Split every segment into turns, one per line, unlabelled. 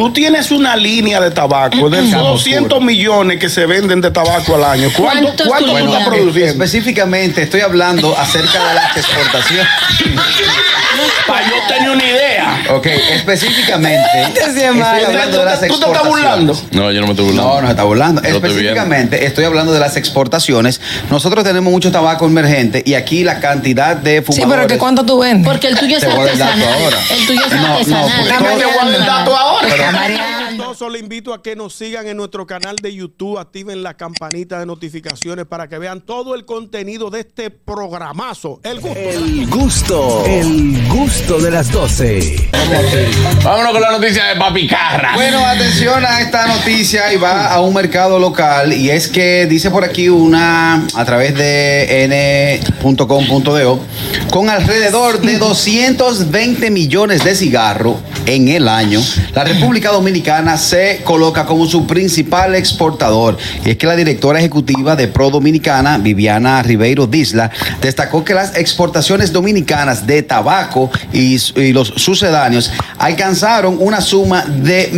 Tú tienes una línea de tabaco, de esos 200 millones que se venden de tabaco al año, ¿cuánto,
¿Cuántos
cuánto
tú
tú
líneas?
estás produciendo?
Específicamente estoy hablando acerca de las exportaciones.
Para yo tener una idea.
Ok, específicamente.
Este sí es
estoy
malo.
hablando de
¿Tú
las
te estás
exportaciones.
burlando?
No, yo no me estoy burlando.
No, no se está burlando.
Yo estoy viendo.
Específicamente, estoy hablando de las exportaciones. Nosotros tenemos mucho tabaco emergente y aquí la cantidad de
Sí,
fumadores.
pero que cuánto tú vendes?
Porque el tuyo es
Te voy a dar
artesanal.
dato ahora.
El tuyo es
No, no,
artesanal.
porque- Dame,
Te voy a dar el dato ahora.
Está mareando.
Entonces le invito a que nos sigan en nuestro canal de YouTube, activen la campanita de notificaciones para que vean todo el contenido de este programazo. El gusto.
El gusto, el gusto de las 12.
Vámonos con la noticia de Papi Carra.
Bueno, atención a esta noticia y va a un mercado local y es que dice por aquí una a través de n.com.do con alrededor de 220 millones de cigarros en el año, la República Dominicana se coloca como su principal exportador. Y es que la directora ejecutiva de Pro Dominicana, Viviana Ribeiro Disla, destacó que las exportaciones dominicanas de tabaco y, y los sucedáneos alcanzaron una suma de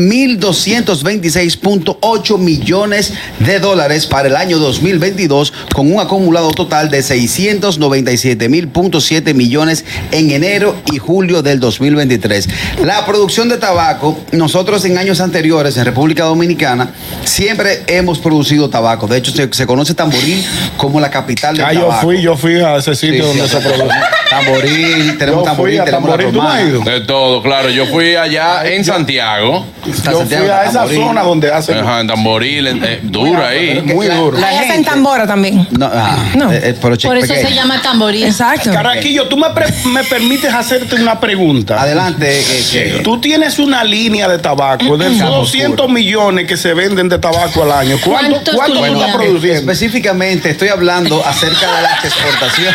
1.226.8 millones de dólares para el año 2022, con un acumulado total de 697.7 millones en enero y julio del 2023. La producción de tabaco, nosotros en años anteriores en República Dominicana, siempre hemos producido tabaco. De hecho, se, se conoce Tamboril como la capital del
Ah, yo
tabaco.
fui, yo fui a ese
Sí,
sitio
sí,
donde se produce.
Tamboril,
Yo
tenemos
fui
Tamboril,
a
tenemos la
Tamboril, ¿tú no has
romana.
ido?
De todo, claro. Yo fui allá en Santiago.
Está
Yo fui
Santiago,
a esa
Tamboril.
zona donde hacen.
Ajá, en Tamboril. en- eh, duro ahí.
Muy duro.
La gente en tambora también.
No, ah,
No.
eh, eh, pero che-
Por eso
pequeño.
se llama tamboril.
Exacto.
Caraquillo, tú me, pre- me permites hacerte una pregunta.
Adelante. eh, que-
Tú tienes una línea de tabaco, de esos 200 millones que se venden de tabaco al año, ¿cuánto,
¿Cuántos
cuánto
tú
tú
líneas?
estás produciendo?
eh, Específicamente estoy hablando acerca de las exportaciones.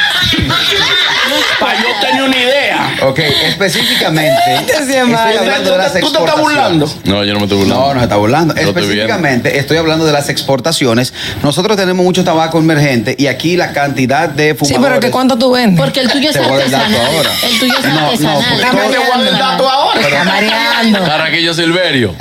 Para yo tener una idea.
Ok, específicamente
Este sí es
estoy
malo.
hablando de las
¿Tú te- tú te estás
exportaciones.
burlando?
No, yo no me estoy burlando.
No, no se está burlando.
Yo estoy
Específicamente estoy hablando de las exportaciones. Nosotros tenemos mucho tabaco emergente y aquí la cantidad de
Sí,
fumadores.
pero que cuánto tú vendes?
Porque el tuyo es
Te voy a dar dato
artesanal.
ahora.
El tuyo es
No, no,
artesanal.
porque
Está
todo-
Te voy a dar el dato ahora.
Está mareando.
Carraquillo Silverio.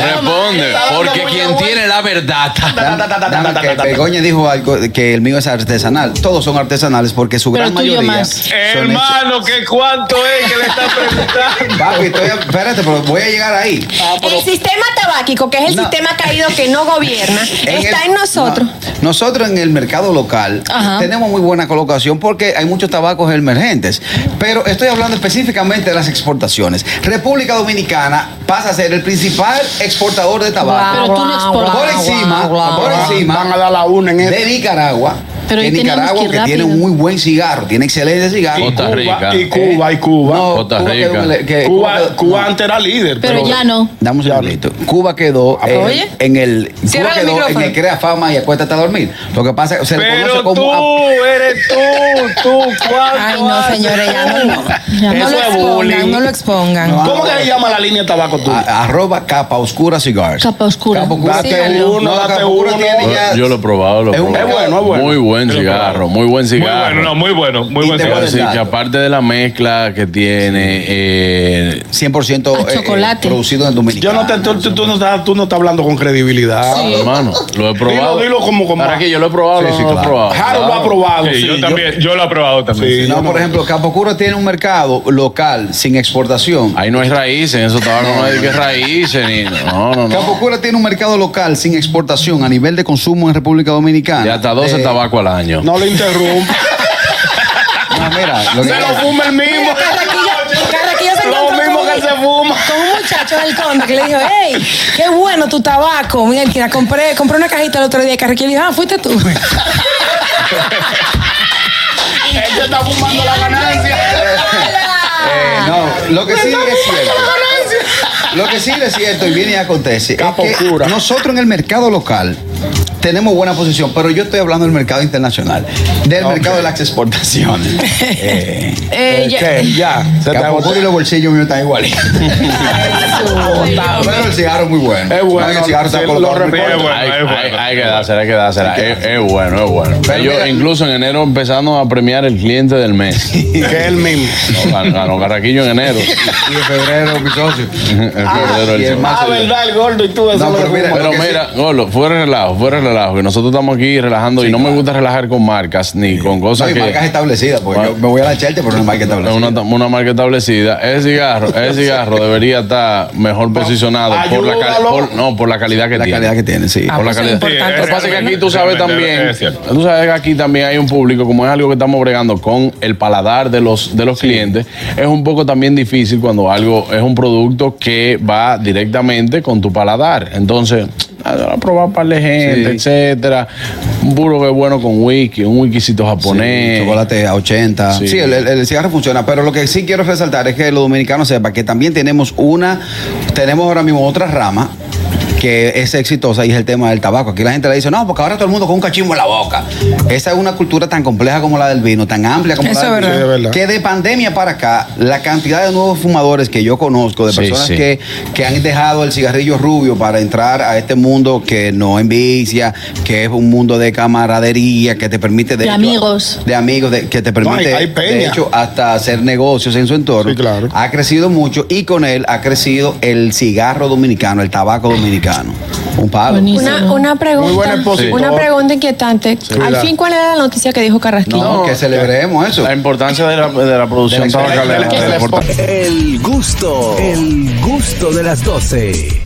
Responde, porque quien tiene la verdad.
Dame- dame que Begoña dijo algo de que el mío es artesanal. Todos son artesanales porque su
Pero
gran
el tuyo
mayoría.
más.
son
Hermano, ¿qué cuánto es que le está preguntando?
hechos- Papi, estoy, espérate, pero voy a llegar ahí.
El sistema tabáquico, que es el
No.
sistema caído que no gobierna,
el-
está en nosotros.
No, nosotros en el mercado local
Ajá.
tenemos muy buena colocación porque hay muchos tabacos emergentes. Pero estoy hablando específicamente de las exportaciones. República Dominicana pasa a ser el principal exportador de tabaco.
Pero tú no
por
exportas.
encima, por encima
Van a dar la una en este.
de Nicaragua.
Pero
que
ahí teníamos
Nicaragua
que ir
que tiene un
rápido.
muy buen cigarro, tiene excelente cigarro.
Costa Rica.
Y Cuba, y Cuba.
Eh. No,
Costa
Cuba quedó
Rica.
en el- que-
Cuba,
quedó-
Cuba
no.
antes era líder.
Pero ya no.
Damos un segundito. Cuba quedó eh,
Oye.
en el
Cierra
Cuba
el
quedó en
micrófono.
el crea fama y acuéstate a dormir. Lo que pasa es que se le conoce
Pero
como a-
tú, eres tú, tú, ¿cuánto
Ay, no,
haces
señores, ya no, no.
Ya
No
no.
lo
es
expongan,
bullying.
no lo expongan.
No.
¿Cómo que le llama la línea de tabaco tú?
a- arroba capa oscura cigars.
Capa Oscura.
Capa
Date
tiene-
uno,
no,
date
Capa Oscura
uno.
tiene ya-
Yo lo he probado, lo he
Es un-
probado.
es bueno,
es bueno.
Muy buen
Yo lo he
cigarro,
probado.
muy buen
Muy bueno,
cigarro.
no, muy bueno, muy
Y
buen
te
Quiero
voy a
cigarro.
decir que aparte de la mezcla que tiene, eh,
100%
A
eh, eh,
chocolate.
producido en Dominicana.
Yo no te, tú, tú- tú no estás, tú no estás hablando con credibilidad.
ah, hermano, lo he probado.
dilo como- como-
Para que yo lo he probado,
Sí,
no,
sí,
no lo he
claro.
probado.
Harold lo ha
Ah.
Claro.
probado.
Sí,
sí,
yo también, yo lo he probado también.
Sí.
No, por ejemplo, Capa Oscura tiene un mercado local sin exportación.
Ahí no hay raíces, en esos tabacos no hay que raíces ni. No, no,
Capa
no.
Oscura tiene un mercado local sin exportación a nivel de consumo en República Dominicana.
De hasta 12
Eh,
tabacos al año.
No le interrumpa.
no, mira, lo que-
se lo fuma el mismo.
Carraquillo, Carraquillo se
lo
encontró
mismo
con
que
un-
se fuma.
con un muchacho del conde que le dijo, hey, qué bueno tu tabaco. Mira, que la compré, compré una cajita el otro día. Carraquillo dijo, ah, fuiste tú.
Él se está fumando la ganancia.
Eh, no, lo que sí es cierto. Lo que sí es cierto y viene y acontece es
Capa
que
oscura.
nosotros en el mercado local tenemos buena posición, pero yo estoy hablando del mercado internacional, del mercado de las exportaciones. Eh,
Eh, ya-
¿Qué? Ya. Se
que
te
a poco y los bolsillos míos están iguales. pero el cigarro es muy bueno.
Es bueno,
Saben que El cigarro está
sí,
por
lo
los
repito.
barrios.
Es bueno,
hay,
es
hay-
bueno.
hay que dársela, hay que dársela. Es, es bueno, es bueno.
Pero
Ellos
mira-
incluso en enero empezaron a premiar el cliente del mes.
Que es el mismo.
No, ganó- Ganó Carraquillo en enero.
Y en febrero, mi socio.
El febrero, el
y el
sol.
más
Ah, verdad, el gordo y tú. Eso
No,
lo
pero
que
mira,
fumas.
Pero
que sí.
mira, Golo, fuera de relajo, fuera de relajo. Y nosotros estamos aquí relajando y no me gusta relajar con marcas ni con
No,
cosas
y
que.
marcas establecidas, porque
Bueno.
yo me voy a la Chelsea, pero no es marca
Es
establecida.
una, una marca establecida. Ese cigarro, ese cigarro debería estar mejor posicionado por la, cal-
ayúdalo.
por- no, por la calidad que
La
tiene.
calidad que tiene, sí.
Ah,
por la
pues es
calidad.
importante.
Lo que pasa es que aquí tú sabes también,
Es cierto.
tú sabes que aquí también hay un público, como es algo que estamos bregando con el paladar de los, de los clientes, es un poco también difícil cuando algo es un producto que va directamente con tu paladar. Entonces, ah, yo voy a probar para la gente,
Sí.
etcétera. Un puro que es bueno con whisky, un whiskycito japonés.
Sí, chocolate a 80.
Sí.
Sí, el, el- el cigarro funciona. Pero lo que sí quiero resaltar es que los dominicanos sepan que también tenemos una, tenemos ahora mismo otra rama que es exitosa y es el tema del tabaco. Aquí la gente le dice, no, porque ahora todo el mundo con un cachimbo en la boca. Esa es una cultura tan compleja como la del vino, tan amplia como
Eso
la
es
del
verdad.
vino,
Sí, es verdad.
que de pandemia para acá, la cantidad de nuevos fumadores que yo conozco, de
Sí,
personas
sí.
Que, que han dejado el cigarrillo rubio para entrar a este mundo que no envicia, que es un mundo de camaradería, que te permite
De
de hecho,
amigos.
de amigos de- que te permite
hay peña.
de hecho hasta hacer negocios en su entorno
Sí, claro.
ha crecido mucho y con él ha crecido el cigarro dominicano el tabaco dominicano un palo
Buenísimo.
Una, una
Muy buen
pregunta.
expositor.
Una pregunta inquietante. Al
Cuidado.
fin, ¿cuál era la noticia que dijo Carrasquillo?
no, que celebremos eso
La importancia de la, de la producción
De la-
tabacalera.
de la-
La importan-
El gusto, el gusto de las 12.